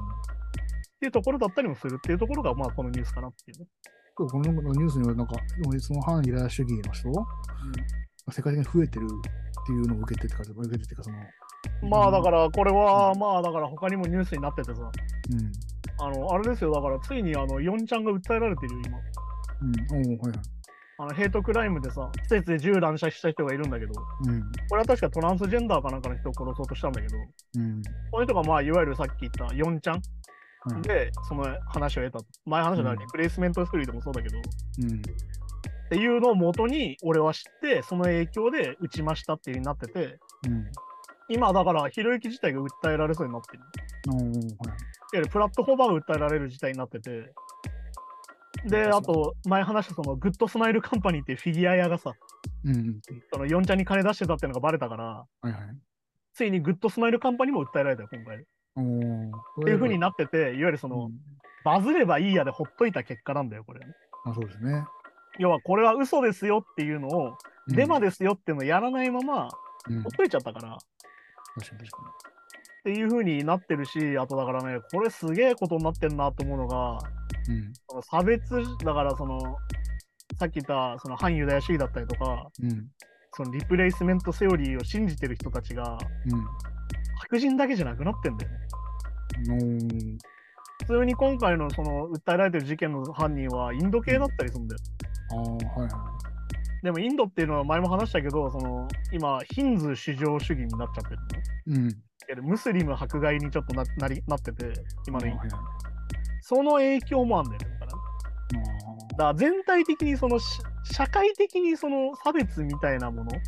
[SPEAKER 2] ていうところだったりもするっていうところが、まあこのニュースかなっていうね。
[SPEAKER 3] このニュースには、なんか、でもその反ユダヤ主義の人、世界的に増えてるっていうのを受けてってか、受けてってか、その、、
[SPEAKER 2] まあだからら、これは、
[SPEAKER 3] うん
[SPEAKER 2] まあだから他にもニュースになっててさ、
[SPEAKER 3] うん。
[SPEAKER 2] あの、あれですよ、だからついにあの、ヨンちゃんが訴えられてるよ、今。
[SPEAKER 3] うん、おおはいはい。
[SPEAKER 2] あのヘイトクライムでさ、施設で銃乱射した人がいるんだけど、
[SPEAKER 3] うん、
[SPEAKER 2] これは確かトランスジェンダーかなんかの人を殺そうとしたんだけど、
[SPEAKER 3] うん、
[SPEAKER 2] この人がまあいわゆるさっき言ったヨンちゃん
[SPEAKER 3] はい
[SPEAKER 2] でその話を得たと。前話した
[SPEAKER 3] うん
[SPEAKER 2] リプレイスメントスクリートもそうだけど、っ
[SPEAKER 3] うん、
[SPEAKER 2] ていうのを元に俺は知って、その影響で撃ちましたっていう風になってて、
[SPEAKER 3] うん。
[SPEAKER 2] 今だからひろゆき自体が訴えられそうになってる。いわ
[SPEAKER 3] おおはい。
[SPEAKER 2] ゆるプラットフォーマーが訴えられる事態になってて、で、あと前話したそのグッドスマイルカンパニーっていうフィギュア屋がさ、
[SPEAKER 3] うん、
[SPEAKER 2] そのヨンちゃんに金出してたっていうのがバレたから、
[SPEAKER 3] はいはい。
[SPEAKER 2] ついにグッドスマイルカンパニーも訴えられたよ、今回。っ
[SPEAKER 3] おお
[SPEAKER 2] ていう風に
[SPEAKER 3] な
[SPEAKER 2] なってて、いわゆるその、バズればいいやでほっといた結果なんだよ、これはね。
[SPEAKER 3] まあそうですね。
[SPEAKER 2] 要は、これは嘘ですよっていうのを、デマ
[SPEAKER 3] で、
[SPEAKER 2] ですよっていうのをやらないまま、
[SPEAKER 3] うん、
[SPEAKER 2] ほっ
[SPEAKER 3] 確
[SPEAKER 2] といちゃったから、っ
[SPEAKER 3] かに確か
[SPEAKER 2] ていう風になってるし、あとだからね、これすげえことになってんなと思うのが、
[SPEAKER 3] に。うん、
[SPEAKER 2] その差別、だからその、さっき言ったその反ユダヤ主義だったりとか、
[SPEAKER 3] うん、
[SPEAKER 2] そのリプレイスメントセオリーを信じてる人たちが、白人だけじゃなくなってんだよね。
[SPEAKER 3] うん。おー
[SPEAKER 2] 普通に今回のその訴えられてる事件の犯人はインド系だったりするんだよ。
[SPEAKER 3] ああ、はいは
[SPEAKER 2] でもインドっていうのは前も話したけど、その今、ヒンズー至上主義になっちゃってるのね
[SPEAKER 3] い。うん。
[SPEAKER 2] いやで。ムスリム迫害にちょっとななりなってて、今のインド
[SPEAKER 3] はいはい。あ
[SPEAKER 2] その影響もあるんだよね。だからだから全体的にそのし社会的にその差別みたいなもの
[SPEAKER 3] ー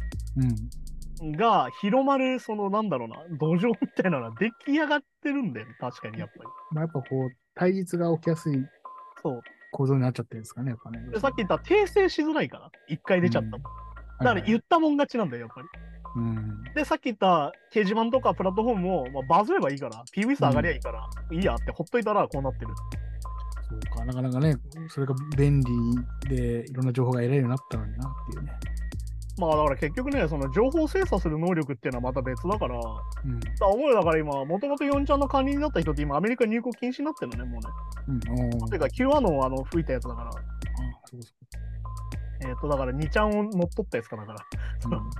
[SPEAKER 3] うん。
[SPEAKER 2] が広まるそのなんだろうな土壌みたいなのが出来上がってるんだよね確かにやっぱり。
[SPEAKER 3] まあやっぱこう、対立が起きやすい
[SPEAKER 2] そう
[SPEAKER 3] 構造になっちゃってるんですかね、やっぱね。
[SPEAKER 2] でさっき言った訂正しづらいから一回出ちゃった、
[SPEAKER 3] うん
[SPEAKER 2] だから
[SPEAKER 3] はいはい
[SPEAKER 2] 言ったもん勝ちなんだよやっぱり。
[SPEAKER 3] うん。
[SPEAKER 2] でさっき言った掲示板とかプラットフォームも、まあ、バズればいいから PV 数上がりゃいいから、いいやってほっといたらこうなってる。
[SPEAKER 3] そうか、なかなかね、それが便利でいろんな情報が得られるようになったのになっていうね。
[SPEAKER 2] まあだから結局ねその情報精査する能力っていうのはまた別だから。
[SPEAKER 3] うん。
[SPEAKER 2] だから思うよだから今、もともと4ちゃんの管理になった人って今、アメリカ入国禁止になってるのね、もうね。
[SPEAKER 3] うん、おー
[SPEAKER 2] てか、Q アノンをあの吹いたやつだから、
[SPEAKER 3] あそうそ
[SPEAKER 2] えっ、と、だから2ちゃんを乗っ取ったやつかなだから。
[SPEAKER 3] ううん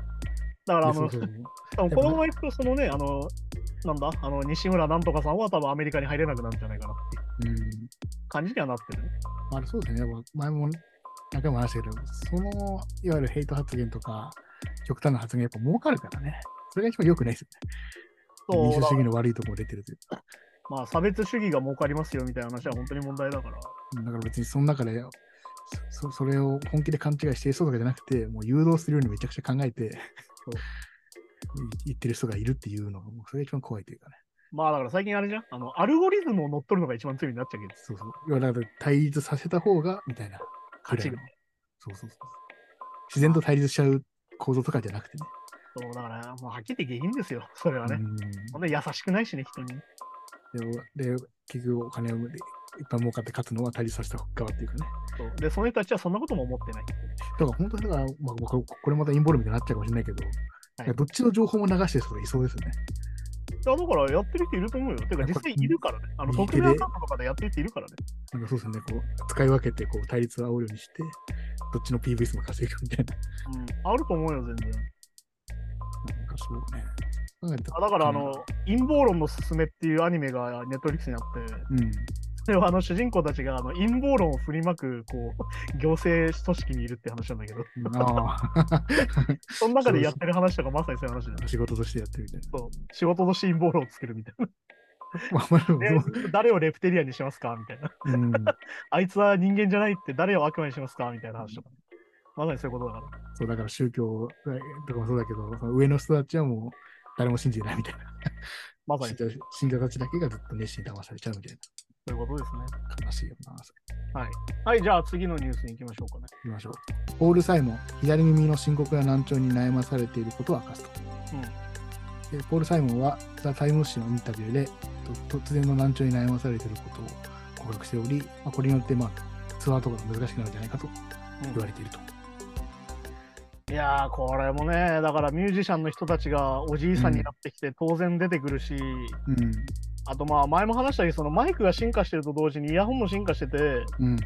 [SPEAKER 2] だから、あ
[SPEAKER 3] そ
[SPEAKER 2] の、
[SPEAKER 3] うそうそう
[SPEAKER 2] 多分このままいくと、そのね、あの、なんだ、あの、西村なんとかさんは多分アメリカに入れなくなるんじゃないかなっていう
[SPEAKER 3] うん。
[SPEAKER 2] 感じにはなってるね。
[SPEAKER 3] まあ、そうですね。やっぱ前も何回も話したけど、その、いわゆるヘイト発言とか、極端な発言やっぱ儲かるからね。それが一番良くないですよね。
[SPEAKER 2] そう
[SPEAKER 3] 民主
[SPEAKER 2] だ
[SPEAKER 3] 主
[SPEAKER 2] か
[SPEAKER 3] 義
[SPEAKER 2] ら
[SPEAKER 3] の悪いところ出てるというか。
[SPEAKER 2] まあ、差別主義が儲かりますよみたいな話は本当に問題だから。
[SPEAKER 3] だから別にその中で、そそそれを本気で勘違いしていそうとかじゃなくて、もう誘導するようにめちゃくちゃ考えて、
[SPEAKER 2] そ
[SPEAKER 3] い言ってる人がいるっていうのが、もうそれが一番怖いというかね。
[SPEAKER 2] まあ、だから最近あれじゃん。あの、アルゴリズムを乗っ取るのが一番罪になっちゃうけど、
[SPEAKER 3] そうそう。いやだから対立させた方が、みたいな。
[SPEAKER 2] 勝ちが
[SPEAKER 3] ぐらいのそうそうそう。自然と対立しちゃう構造とかじゃなくてね。
[SPEAKER 2] そうだから、もうはっきり言って下品ですよ、それはね。
[SPEAKER 3] うん
[SPEAKER 2] ほんで優しくないしね、人に。
[SPEAKER 3] で、で結局お金をいっぱい儲かって勝つのは対立させた側っていうかね。
[SPEAKER 2] そうで、その人たちはそんなことも思ってない。
[SPEAKER 3] だから本当にだから、まあ、これこれまた陰謀論みたいになっちゃうかもしれないけど、
[SPEAKER 2] はい
[SPEAKER 3] どっちの情報も流してる人がいそうですよね。
[SPEAKER 2] いやだからやってる人いると思うよ。てか
[SPEAKER 3] やっぱ
[SPEAKER 2] 実際いるからね。あの、
[SPEAKER 3] 右手
[SPEAKER 2] 匿
[SPEAKER 3] で
[SPEAKER 2] 名アカウントとかでやってる人いるからね。
[SPEAKER 3] なんかそうですよね、こう使い分けてこう対立を煽るようにして、どっちの PV 数も稼ぐみたいな。
[SPEAKER 2] うん、あると思うよ、全然。
[SPEAKER 3] なんかそうね。考えた
[SPEAKER 2] あだから、あの、陰謀論のすすめっていうアニメがネットリックスにあって、
[SPEAKER 3] うん。
[SPEAKER 2] それはあの主人公たちがあの陰謀論を振りまく、こう、行政組織にいるって話なんだけど、
[SPEAKER 3] ああ、
[SPEAKER 2] その中でやってる話とかまさにそういう話だよ。
[SPEAKER 3] 仕事としてやってるみたいな。
[SPEAKER 2] そう仕事として陰謀論を作るみたい
[SPEAKER 3] まあ、まあでも
[SPEAKER 2] な。で 誰をレプテリアにしますかみたいな。
[SPEAKER 3] うん、
[SPEAKER 2] あいつは人間じゃないって誰を悪魔にしますかみたいな話とか、まさにそういうことだから。
[SPEAKER 3] そうだから宗教とかもそうだけど、その上の人たちはもう誰も信じてないみたいな。
[SPEAKER 2] まさ
[SPEAKER 3] 信
[SPEAKER 2] に
[SPEAKER 3] 者信者たちだけがずっと熱心に騙されちゃうみたい
[SPEAKER 2] そういうことですね。
[SPEAKER 3] な。悲しいよな。それ
[SPEAKER 2] はい、じゃあ次のニュースに行きましょうかね。
[SPEAKER 3] 行きましょう。ポール・サイモン、左耳の深刻な難聴に悩まされていることを明かすと。でポール・サイモンは、ザ・タイム誌のインタビューで、と突然の難聴に悩まされていることを告白しており、まあ、これによって、まあ、ツアーとかが難しくなるんじゃないかと
[SPEAKER 2] うん
[SPEAKER 3] 言われていると。
[SPEAKER 2] いやー、これもね、だからミュージシャンの人たちがおじいさんになってきて当然出てくるし、
[SPEAKER 3] うん。
[SPEAKER 2] あとまあ前も話したけど、そのマイクが進化してると同時にイヤホンも進化してて、
[SPEAKER 3] うん。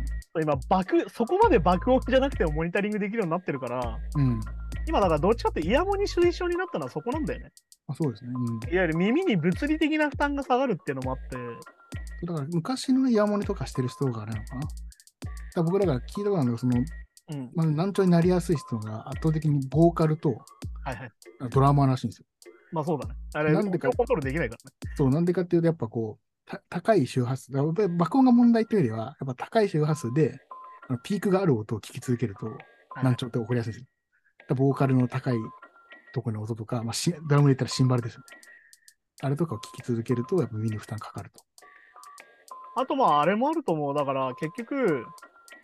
[SPEAKER 2] 今爆、そこまで爆音じゃなくてもモニタリングできるようになってるから、
[SPEAKER 3] うん。
[SPEAKER 2] 今だからどっちかってイヤモニ推奨になったのはそこなんだよね。
[SPEAKER 3] まあ、そうですね。うん。
[SPEAKER 2] いわゆる耳に物理的な負担が下がるっていうのもあって、
[SPEAKER 3] だから昔のイヤモニとかしてる人があれなのかな。だから僕らが聞いたことあるのが、その、
[SPEAKER 2] うん、
[SPEAKER 3] まあ、難聴になりやすい人が圧倒的にボーカルと
[SPEAKER 2] はいはい。
[SPEAKER 3] あドラマーらしいんですよ。
[SPEAKER 2] まあそうだね。あれ、
[SPEAKER 3] なんでか
[SPEAKER 2] コントロールできないからね。
[SPEAKER 3] そう、なんでかっていうと、やっぱこう、た高い周波数、だからやっぱり爆音が問題というよりは、やっぱ高い周波数で、あのピークがある音を聞き続けると、
[SPEAKER 2] はい
[SPEAKER 3] 難聴って起こりやすいんですよ。だからボーカルの高いところの音とか、まあ、しドラムで言ったらシンバルですよね。あれとかを聞き続けると、やっぱ耳に負担かかると。
[SPEAKER 2] あとまああれもあると思う。だから結局、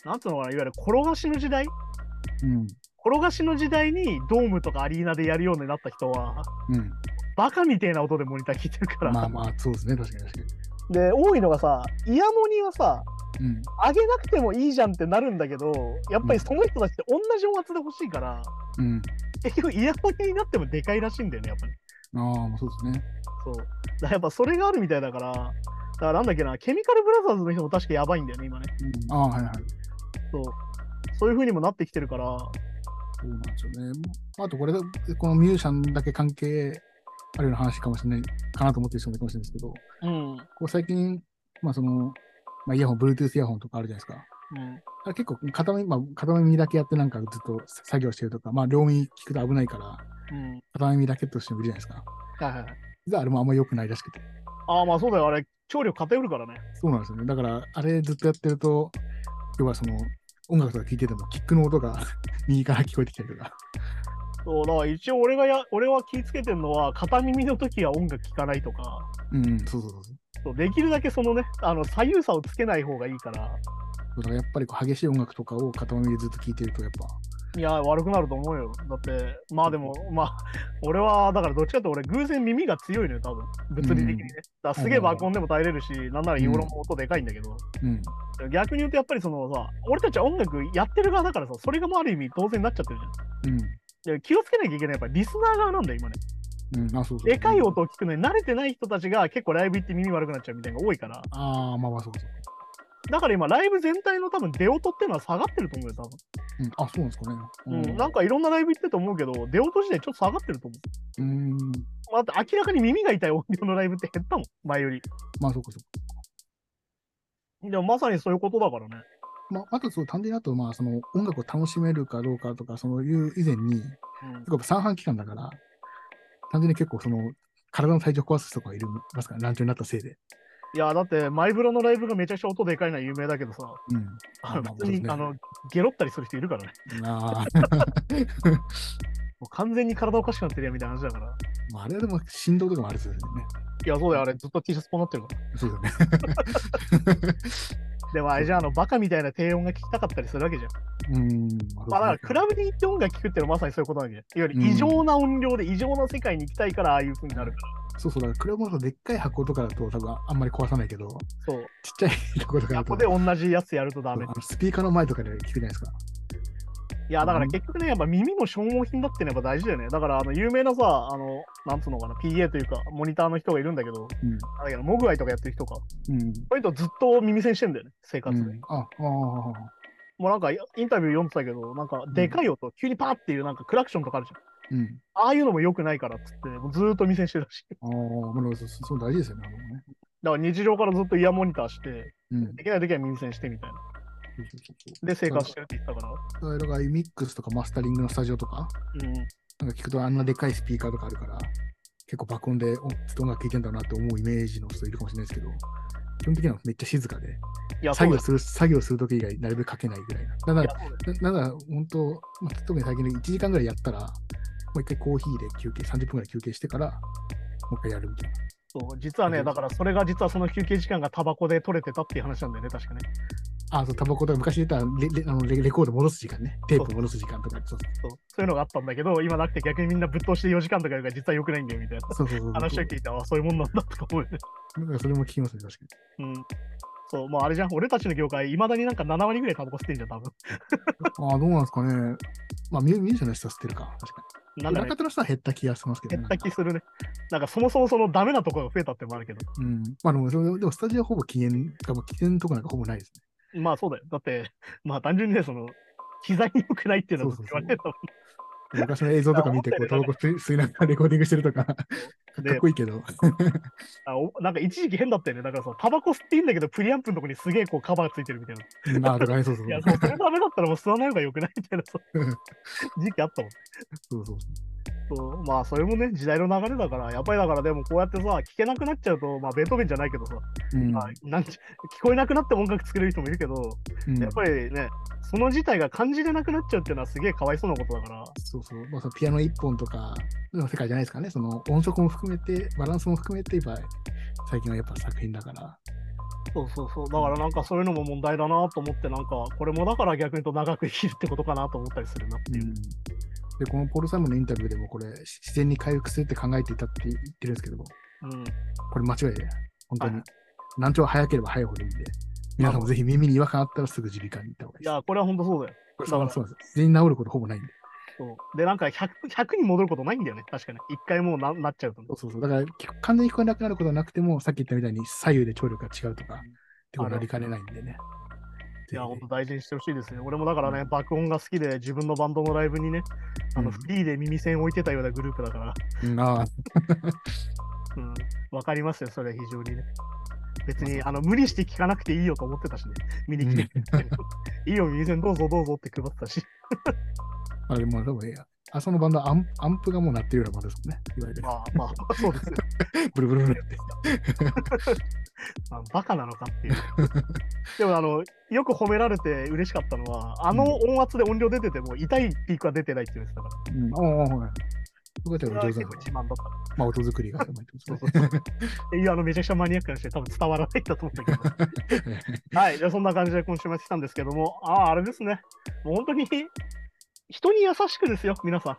[SPEAKER 2] なんつうのかな、いわゆる転がしの時代
[SPEAKER 3] うん。
[SPEAKER 2] 転がしの時代にドームとかアリーナでやるようになった人は、
[SPEAKER 3] うん。
[SPEAKER 2] バカみたいな音でモニター聞いてるから。
[SPEAKER 3] まあまあ、そうですね。確かに確か
[SPEAKER 2] で、多いのがさ、イヤモニはさ、
[SPEAKER 3] に。うん。
[SPEAKER 2] 上げなくてもいいじゃんってなるんだけど、やっぱりその人たちって同じ音圧で欲しいから、
[SPEAKER 3] うん。
[SPEAKER 2] 結局イヤモニになってもでかいらしいんだよね、やっぱり。
[SPEAKER 3] ああ、まあそうですね。
[SPEAKER 2] そう。だからやっぱそれがあるみたいだから、だからなんだっけな、ケミカルブラザーズの人も確かやばいんだよね、今ね。
[SPEAKER 3] うん、ああ、はいはい。
[SPEAKER 2] そう。そういう風にもなってきてるから、
[SPEAKER 3] そうなんですよね。あと、これ、このミュージシャンだけ関係あるような話かもしれない、かなと思ってる人もいるかもしれないですけど、
[SPEAKER 2] うん。うん。
[SPEAKER 3] こう最近、まあその、まあ、イヤホン、Bluetooth イヤホンとかあるじゃないですか。あれ結構片耳、まあ、片耳だけやってなんかずっと作業してるとか、まあ両耳聞くと危ないから、
[SPEAKER 2] うん。
[SPEAKER 3] 片耳だけとしてもいるじゃないですか。
[SPEAKER 2] はいはいはい。
[SPEAKER 3] 実はあれもあんま良くないらしくて。
[SPEAKER 2] ああ、まあそうだよ、あれ、聴力偏るからね。
[SPEAKER 3] そうなんですよね。だから、あれずっとやってると、要はその、音楽とか聴いてても、キックの音が 右から聞こえてきたりとか。
[SPEAKER 2] そうだから一応俺がや俺は気ぃつけてるのは片耳の時は音楽聴かないとか
[SPEAKER 3] うん、うん、そうそうそうそう。
[SPEAKER 2] そうできるだけそのねあの左右差をつけない方がいいから
[SPEAKER 3] だからやっぱりこう激しい音楽とかを片耳でずっと聴いてると、やっぱ、
[SPEAKER 2] いや悪くなると思うよだってまあでもまあ俺はだからどっちかって俺偶然耳が強いのよ多分物理的にね、
[SPEAKER 3] うん
[SPEAKER 2] だからすげえ爆音でも耐えれるし、なんならイオロも音でかいんだけど、
[SPEAKER 3] うん、
[SPEAKER 2] 逆に言うとやっぱりそのさ俺たちは音楽やってる側だからさそれがもうある意味当然になっちゃってるじゃん
[SPEAKER 3] うん、
[SPEAKER 2] で気をつけなきゃいけないやっぱりリスナー側なんだよ今ね
[SPEAKER 3] うん、あ、そうそう。
[SPEAKER 2] でかい音を聞くのに慣れてない人たちが結構ライブ行って耳悪くなっちゃうみたいなのが多いから
[SPEAKER 3] ああ、まあまあそうそう。
[SPEAKER 2] だから今、ライブ全体の多分出音っていうのは下がってると思うよ、多
[SPEAKER 3] うん、あ、そうなんですかね。
[SPEAKER 2] 分。うん、なんかいろんなライブ行ってと思うけど、出音自体ちょっと下がってると思
[SPEAKER 3] うん、うん
[SPEAKER 2] う。だって明らかに耳が痛い音量のライブって減ったもん、前より。
[SPEAKER 3] まあそうかそう
[SPEAKER 2] でもまさにそういうことだからね。
[SPEAKER 3] か。まあ、あと、そう、単純にあと、まあ、その、音楽を楽しめるかどうかとか、そういう以前
[SPEAKER 2] う
[SPEAKER 3] に、
[SPEAKER 2] ん
[SPEAKER 3] 結構三半期間だから、単純に結構、その、体の体調壊す人とかいるますから、乱調になったせいで。
[SPEAKER 2] いや、だって、マイブロのライブがめちゃくちゃ音でかいのは有名だけどさ、
[SPEAKER 3] うん。
[SPEAKER 2] あの
[SPEAKER 3] まあ
[SPEAKER 2] 普通に、
[SPEAKER 3] まあ
[SPEAKER 2] あの、ゲロったりする人いるからね。
[SPEAKER 3] ああ、
[SPEAKER 2] もう完全に体おかしくなってるやんみたいな話だから。
[SPEAKER 3] まあ、あれはでも、振動とかもあるですよね。
[SPEAKER 2] いや、そうだよ、あれ、ずっと T シャツぽんなってるから。
[SPEAKER 3] そうだよね。
[SPEAKER 2] でも、あれじゃあ、あの、バカみたいな低音が聞きたかったりするわけじゃん。
[SPEAKER 3] うん。
[SPEAKER 2] まあ、だから、クラブに行って音楽聴くっていうのはまさにそういうことなんじゃん。いわゆる
[SPEAKER 3] うん
[SPEAKER 2] 異常な音量で異常な世界に行きたいから、ああいう風になるから。
[SPEAKER 3] そうそう、だからクラブのさでっかい箱とかだと多分あんまり壊さないけど、ちっ
[SPEAKER 2] そう。
[SPEAKER 3] ちゃい箱とかだ
[SPEAKER 2] こことで同じやつやるとダメ
[SPEAKER 3] あ。のスピーカーの前とかで聞くじゃないですか。
[SPEAKER 2] いや、だから
[SPEAKER 3] うん
[SPEAKER 2] 結局ね、やっぱ耳も消耗品だってのはやっぱ大事だよね。だから、あの、有名なさ、あの、なんつうのかな、PA というか、モニターの人がいるんだけど、あれだけど、モグアイとかやってる人か。こ
[SPEAKER 3] うん。うん。
[SPEAKER 2] ういう人ずっと耳栓してんだよね、生活で。
[SPEAKER 3] うん、あ、ああ、
[SPEAKER 2] もうなんか、インタビュー読んでたけど、なんか、でかい音、急にパーっていう、なんか、クラクションとかあるじゃん。
[SPEAKER 3] うん。
[SPEAKER 2] ああいうのも良くないからっつって、もうずーっと耳栓してるらしい。
[SPEAKER 3] ああ、まあ、そうそう大事ですよね。あのね
[SPEAKER 2] だから日常からずっとイヤーモニターして、
[SPEAKER 3] うん。
[SPEAKER 2] できない時は耳栓してみたいな。で、生活してるって言ってたから。
[SPEAKER 3] そういうのがミックスとかマスタリングのスタジオとか、
[SPEAKER 2] うん。
[SPEAKER 3] なんか聞くとあんなでかいスピーカーとかあるから、結構爆音でおちょっと音楽聴いてんだなって思うイメージの人いるかもしれないですけど、基本的にはめっちゃ静かで、
[SPEAKER 2] いや、そうだ
[SPEAKER 3] 作業
[SPEAKER 2] よ
[SPEAKER 3] する、作業するとき以外なるべくかけないぐらいな。だから
[SPEAKER 2] いやそうだよ
[SPEAKER 3] ななんか本当、まあ、特に最近の1時間ぐらいやったら、もう一回コーヒーで休憩、30分ぐらい休憩してから、もう一回やるみたいな。
[SPEAKER 2] そう実はね、だからそれが実はその休憩時間がタバコで取れてたっていう話なんだよね、確かね。
[SPEAKER 3] あ、そう、タバコとか昔出たレレあのレレコード戻す時間ね、テープ戻す時間とか、そう
[SPEAKER 2] そうそういうのがあったんだけど、今なくて逆にみんなぶっ通して4時間とかやるから実は良くないんだよみたいな
[SPEAKER 3] そうそうそうそう。
[SPEAKER 2] 話を聞いたら、あそういうもんなんだとか思うよね。
[SPEAKER 3] なんかそれも聞きますね、確か
[SPEAKER 2] うん。そう、もうあれじゃん、俺たちの業界、いまだになんか7割ぐらいタバコ吸ってんじゃん、多分。
[SPEAKER 3] に。あーどうなんですかね。まあ、ミュミュージシャンの人は捨てるか、確か
[SPEAKER 2] な
[SPEAKER 3] に。
[SPEAKER 2] んか
[SPEAKER 3] 裏
[SPEAKER 2] ね、
[SPEAKER 3] 方の人は減った気がしますけど
[SPEAKER 2] 減
[SPEAKER 3] ね。
[SPEAKER 2] った気
[SPEAKER 3] なんか
[SPEAKER 2] するね。なんかそもそもそのダメなとこが増えたってのもあるけど。
[SPEAKER 3] うん。まあ、でも、それでもスタジオはほぼ禁煙、しかも禁煙とかなんかほぼないですね。
[SPEAKER 2] まあそうだよ。だって、まあ単純にね、その、膝に良くないっていうのは
[SPEAKER 3] そう
[SPEAKER 2] 言
[SPEAKER 3] そうそ
[SPEAKER 2] わ
[SPEAKER 3] う
[SPEAKER 2] れてたもん
[SPEAKER 3] 昔の映像とか見て、こう、タバコ吸い吸いながらレコーディングしてる とか、か
[SPEAKER 2] で
[SPEAKER 3] っこいいけど。
[SPEAKER 2] あおなんか一時期変だったよね。だからさ、タバコ吸っていいんだけど、プリアンプのとこにすげえこうカバーついてるみたいな。
[SPEAKER 3] うんあーとかね、そうそう
[SPEAKER 2] い
[SPEAKER 3] そ
[SPEAKER 2] や、
[SPEAKER 3] う。
[SPEAKER 2] そうそれダメだったらもう吸わない方が良くないみたいなさ、時期あったもん。
[SPEAKER 3] そうそう
[SPEAKER 2] そうまあそれもね時代の流れだからやっぱりだからでもこうやってさ聞けなくなっちゃうとまあベートーベンじゃないけどさ、
[SPEAKER 3] そう。うん
[SPEAKER 2] まあ、なんち聞こえなくなって音楽作れる人もいるけど、
[SPEAKER 3] うん
[SPEAKER 2] やっぱりねその事態が感じれなくなっちゃうっていうのはすげえかわいそうなことだから
[SPEAKER 3] そうそう、まあ、そのピアノ一本とかの世界じゃないですかね、その音色も含めて、バランスも含めて、やっぱ最近はやっぱ作品だから、
[SPEAKER 2] そうそうそうだからなんかそういうのも問題だなと思ってなんかこれもだから逆に言うと長く生きるってことかなと思ったりするなっていう、
[SPEAKER 3] で、このポール・サイモンのインタビューでも、これ、し自然に回復するって考えていたって言ってるんですけど、こ
[SPEAKER 2] うん
[SPEAKER 3] れ間違いで、本当
[SPEAKER 2] は
[SPEAKER 3] に
[SPEAKER 2] い、
[SPEAKER 3] 難聴は早ければ早いほどいいんで、皆さんもぜひ耳に違和感あったらすぐ耳鼻科に行った方がいい
[SPEAKER 2] い
[SPEAKER 3] です。
[SPEAKER 2] やこれは本当そうだよ
[SPEAKER 3] これ
[SPEAKER 2] だから
[SPEAKER 3] そうなんですよ。全然治ることほぼないんで。
[SPEAKER 2] そうでなんか 100, 100に戻ることないんだよね確かに一回もうななっちゃうとね
[SPEAKER 3] そうそうそう。だから、き完全に聞こえなくなることはなくても、さっき言ったみたいに左右で聴力が違うとか、ってことはありかねないんで
[SPEAKER 2] いや、
[SPEAKER 3] ね。ぜひ
[SPEAKER 2] 本
[SPEAKER 3] ね
[SPEAKER 2] 当大事にしてほしいですね。俺もだからね、爆音が好きで、自分のバンドのライブにね、あ
[SPEAKER 3] う
[SPEAKER 2] の
[SPEAKER 3] ん
[SPEAKER 2] フリーで耳栓置いてたようなグループだから、
[SPEAKER 3] うんああ、
[SPEAKER 2] うん、わかりますよ、それは非常にね。別に、あの、無理して聞かなくていいよと思ってたしね、見に来て。 いいよ、耳栓どうぞどうぞって配ってたし、
[SPEAKER 3] あれも多分ね、あそのバンドはアンアンプがもう鳴ってるようなバンドですもんね。いわゆる。
[SPEAKER 2] まあまあ、そうですね。
[SPEAKER 3] ブルブルブルって。
[SPEAKER 2] まあ、バカなのかっていう。でも、あの、よく褒められて嬉しかったのは、あの音圧で音量出てても、痛いピークは出てないって言ってたから、
[SPEAKER 3] うん、おうおうおう。僕はち
[SPEAKER 2] そ
[SPEAKER 3] ょっと
[SPEAKER 2] れは
[SPEAKER 3] 上手
[SPEAKER 2] 結
[SPEAKER 3] だ
[SPEAKER 2] 構
[SPEAKER 3] か
[SPEAKER 2] 自慢だった。
[SPEAKER 3] ら、まあ、音作りがうまいってことですね。
[SPEAKER 2] っていうあのめちゃくちゃマニアックな人で多分伝わらないんだと思ったけど。はい、じゃあそんな感じで今週もやってきたんですけども、ああ、あれですね。もう本当に人に優しくですよ、皆さ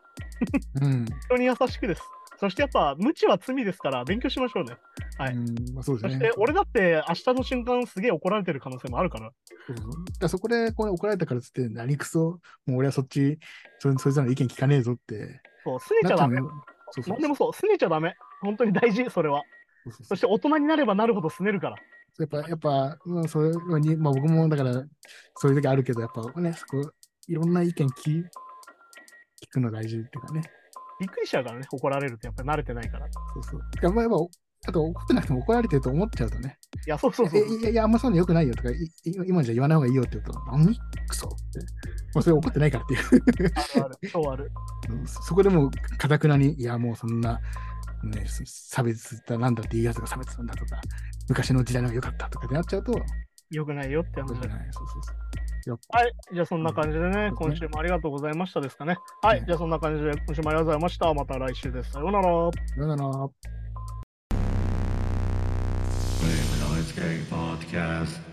[SPEAKER 2] ん。
[SPEAKER 3] うん。
[SPEAKER 2] 人に優しくです。そしてやっぱ、無知は罪ですから、勉強しましょうね。はい
[SPEAKER 3] うん、まあ、そう
[SPEAKER 2] そ
[SPEAKER 3] です
[SPEAKER 2] し
[SPEAKER 3] ね
[SPEAKER 2] て。、俺だって、明日の瞬間、すげえ怒られてる可能性もあるから。
[SPEAKER 3] そうそうだからそこでこれ怒られたからっつって、何くそ、もう俺はそっち、そそいつらの意見聞かねえぞって。
[SPEAKER 2] そう、拗ねちゃダメ。
[SPEAKER 3] なっちゃうねそうそう
[SPEAKER 2] 何でもそう、拗ねちゃダメ。本当に大事、それは。
[SPEAKER 3] そうそうそ
[SPEAKER 2] そうして大人になればなるほど拗ねるから。
[SPEAKER 3] やっぱ、やっぱ、まあ、それに、まあ、僕もだから、そういう時あるけど、やっぱね、そこ、いろんな意見聞聞くの大事っていうかね。
[SPEAKER 2] びっくりしちゃうからね、怒られると、やっぱり慣れてないから。
[SPEAKER 3] そうそう。てかまあやっぱ、あと怒ってなくても怒られてると思っちゃうとね、
[SPEAKER 2] いや、そうそうそう。
[SPEAKER 3] えいやいや、あんまそういうのよくないよとか、いい今じゃ言わない方がいいよって言うと、何クソって。もうそれ怒ってないからっていう。
[SPEAKER 2] あるある。そうある。
[SPEAKER 3] うんそそこでもう、かたくなに、いや、もうそんな、ね、そ差別だなんだっていうやつが差別なんだとか、昔の時代の方が良かったとかってなっちゃうと、
[SPEAKER 2] よくないよって話
[SPEAKER 3] そうじゃ
[SPEAKER 2] だ。
[SPEAKER 3] ない、そうそうそう。やっぱ
[SPEAKER 2] はい。じゃあそんな感じでね、
[SPEAKER 3] うん
[SPEAKER 2] 今週もありがとうございましたですかね。はい。
[SPEAKER 3] ね
[SPEAKER 2] じゃあそんな感じで、今週もありがとうございました。また来週です。さようなら。
[SPEAKER 3] さよな
[SPEAKER 1] Flame
[SPEAKER 3] ら。
[SPEAKER 1] and Ice Game Podcast.